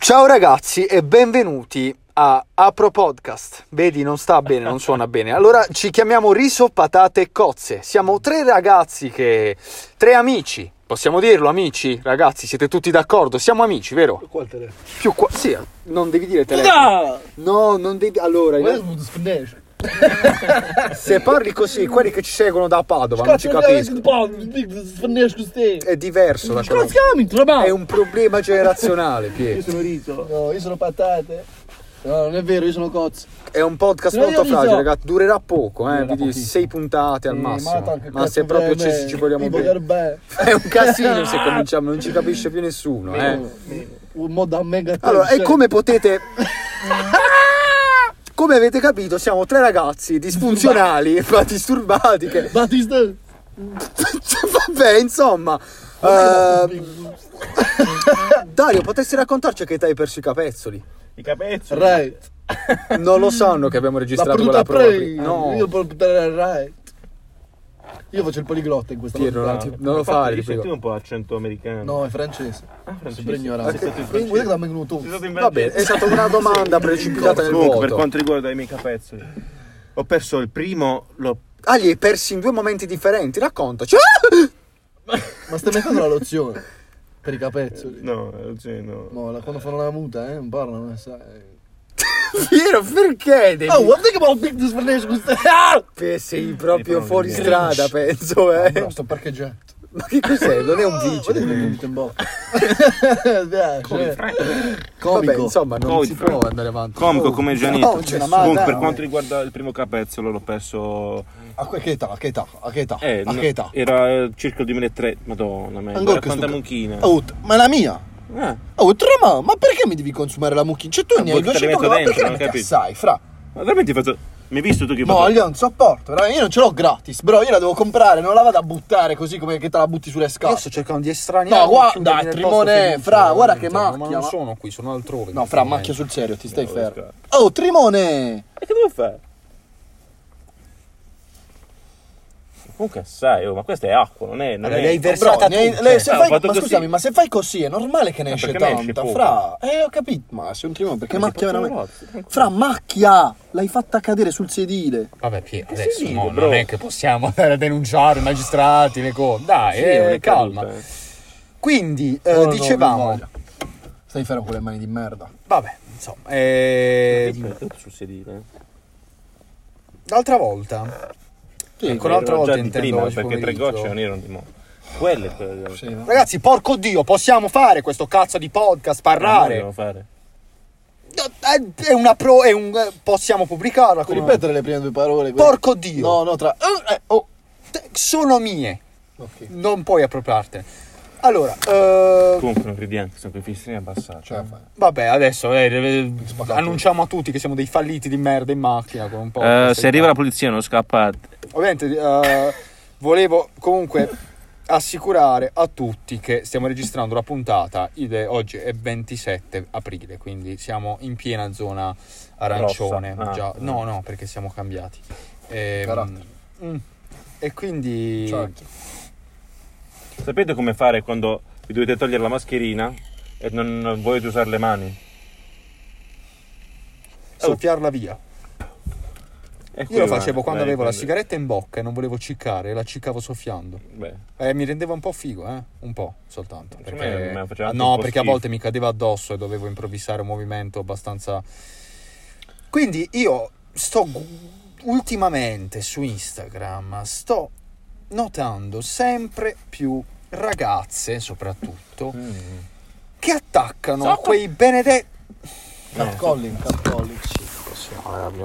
Ciao ragazzi e benvenuti a Apro Podcast. Vedi, non sta bene, non suona bene. Allora ci chiamiamo Riso, Patate e Cozze. Siamo tre ragazzi che... tre amici. Possiamo dirlo, amici? Ragazzi, siete tutti d'accordo? Siamo amici, vero? Qual telefono? Più qua... Sì, non devi dire telefono. No! No, non devi... Allora, in- Quello è svedese. se parli così, quelli che ci seguono da Padova non ci Cazzo, è capiscono. un po' di svedese così. È diverso da quello... Come si chiami? Trabà? È un problema generazionale, Io Pietro. sono riso. No, io sono patate. No, non è vero, io sono cozzo. È un podcast No, io molto li so. fragile, ragazzi. Durerà poco, eh. Durerà Quindi pochissimo. sei puntate al Eh, massimo. tanto che Ma cazzo se proprio frega a me, ci, ci vogliamo mi bene. voglio bene. È un casino se cominciamo, non ci capisce più nessuno, eh. Un modo a mega Allora, e come potete. Come avete capito, siamo tre ragazzi disfunzionali, ma disturbati. Che... Battista. Ehm, Vabbè, insomma. eh, Dario, potresti raccontarci che ti hai perso i capezzoli? I capezzoli. Rai. Non lo sanno che abbiamo La registrato quella perduta prova. prei. No, Io per buttare Rai. Io faccio il poliglotta in questa Piero, volta. non, ti- non lo Ah, Infatti, fare. ti Io prego. sentivo un po' l'accento americano. No, è francese. Ah, Francesco. Sempre Sei ignorante. stato in Quindi Francia. Guarda che la vengono Sei tutti. stato in Va Belgio. bene, è stata una domanda precipitata nel Comunque, per vuoto. quanto riguarda i miei capezzoli, ho perso il primo, l'ho Ah, li hai persi in due momenti differenti, raccontaci. Ma stai mettendo la lozione per i capezzoli. No, Eugenio, no. No, la- quando fanno la muta, eh, non parlano, eh, sai. Piero, perché devi... Oh, guarda che bel big splash questo. Ah! Pe- Ah, sei proprio Devi fuori prendere. strada, penso, eh. No, sto parcheggiando. Ma che cos'è? Non è un Guarda che vigile. mi punta in bocca. Dai, cioè, Vabbè, Comico. insomma, non Covid, si fra- può andare avanti. Comico Oh, come no, Gianetto. c'è una Comunque, mano, per eh. quanto riguarda il primo capezzolo, l'ho perso. A que- che età? A che età? A che età? Eh, a no, che età? Era eh, circa il 2003. Madonna, me. Ancora Guarda che quanta sto- monchina. Oh, t- ma la mia? Ah, Oh, trema, ma perché mi devi consumare la mucchina? Cioè, tu ne hai vuoi che te 200 li metto grammi, ma dentro, perché la non ho metti capito. assai, fra? ma veramente faccio. Mi hai visto tu che No, io non sopporto, veramente, io non ce l'ho gratis, bro, io la devo comprare, non la vado a buttare così come che te la butti sulle Io scale. sto cercando di estraniare. No, guarda, Trimone, fra, guarda che Cioè, Ma macchia. non ma- sono qui, sono altrove. No, fra, macchia sul serio, ti stai No, fermo. le Oh, Trimone! E che devo fare? Comunque, sai, oh, ma questa è acqua, non è. Non Allora, è... li hai Ma bro, versata ne- tutta. le- se Ah, ho fai- fatto ma così. scusami, ma se fai così è normale che ne Ma esce perché ne tanta, esce poco? fra. Eh, ho capito, ma sei un trimone, perché Eh, macchia ti porto veramente. un rozzo, Fra macchia! L'hai fatta cadere sul sedile. Vabbè, Pietro, Che adesso si mo, dice, bro? non è che possiamo andare a denunciare i magistrati, le cose. Dai, Sì, eh, non è calma. caduta, eh. Quindi, eh, No, no, no, non dicevamo... voglio. Stai fermo con le mani di merda. Vabbè, insomma... eh, Sì, perché sul sedile. l'altra volta... Sì, Ecco, l'altra Erano volta già di intendo prima, oggi perché tre pomeriggio. gocce non erano di mo. Quelle quelle. Sì, va. Ragazzi, porco dio, possiamo fare questo cazzo di podcast, parlare? Devo fare. Eh, È una pro, è un. eh, Possiamo pubblicarla. Puoi come- Ecco, ripetere le prime due parole. quelle- Porco dio! No, no, tra. Eh, eh, oh. Te- Sono mie, Ok. non puoi appropriartene. Allora, eh, Comunque non credi anche, sono quei fistini abbassati. Cioè, fai. vabbè, adesso eh, eh, Spaccato. annunciamo a tutti che siamo dei falliti di merda in macchina. Con un po' Eh, se arriva la polizia non scappate. Ovviamente, eh, volevo comunque assicurare a tutti che stiamo registrando la puntata. Il- oggi è 27 aprile, quindi siamo in piena zona arancione. Rossa. Ah. già. No, no, perché siamo cambiati. Ehm, Carattere. mm, e quindi. Cioè, Ciao. Sapete come fare quando vi dovete togliere la mascherina e non non volete usare le mani? soffiarla via. E qui Io lo va, facevo quando vai, avevo la prendi. sigaretta in bocca e non volevo ciccare, la ciccavo soffiando. Beh, Eh, mi rendeva un po' figo, eh? Un po' soltanto. Cioè, Perché... me- me faceva Ah, anche un no, po' perché a schifo. volte mi cadeva addosso e dovevo improvvisare un movimento abbastanza. Quindi io sto gu- ultimamente su Instagram, sto notando sempre più ragazze, soprattutto, che attaccano quei benedetti. Cat calling, cat calling.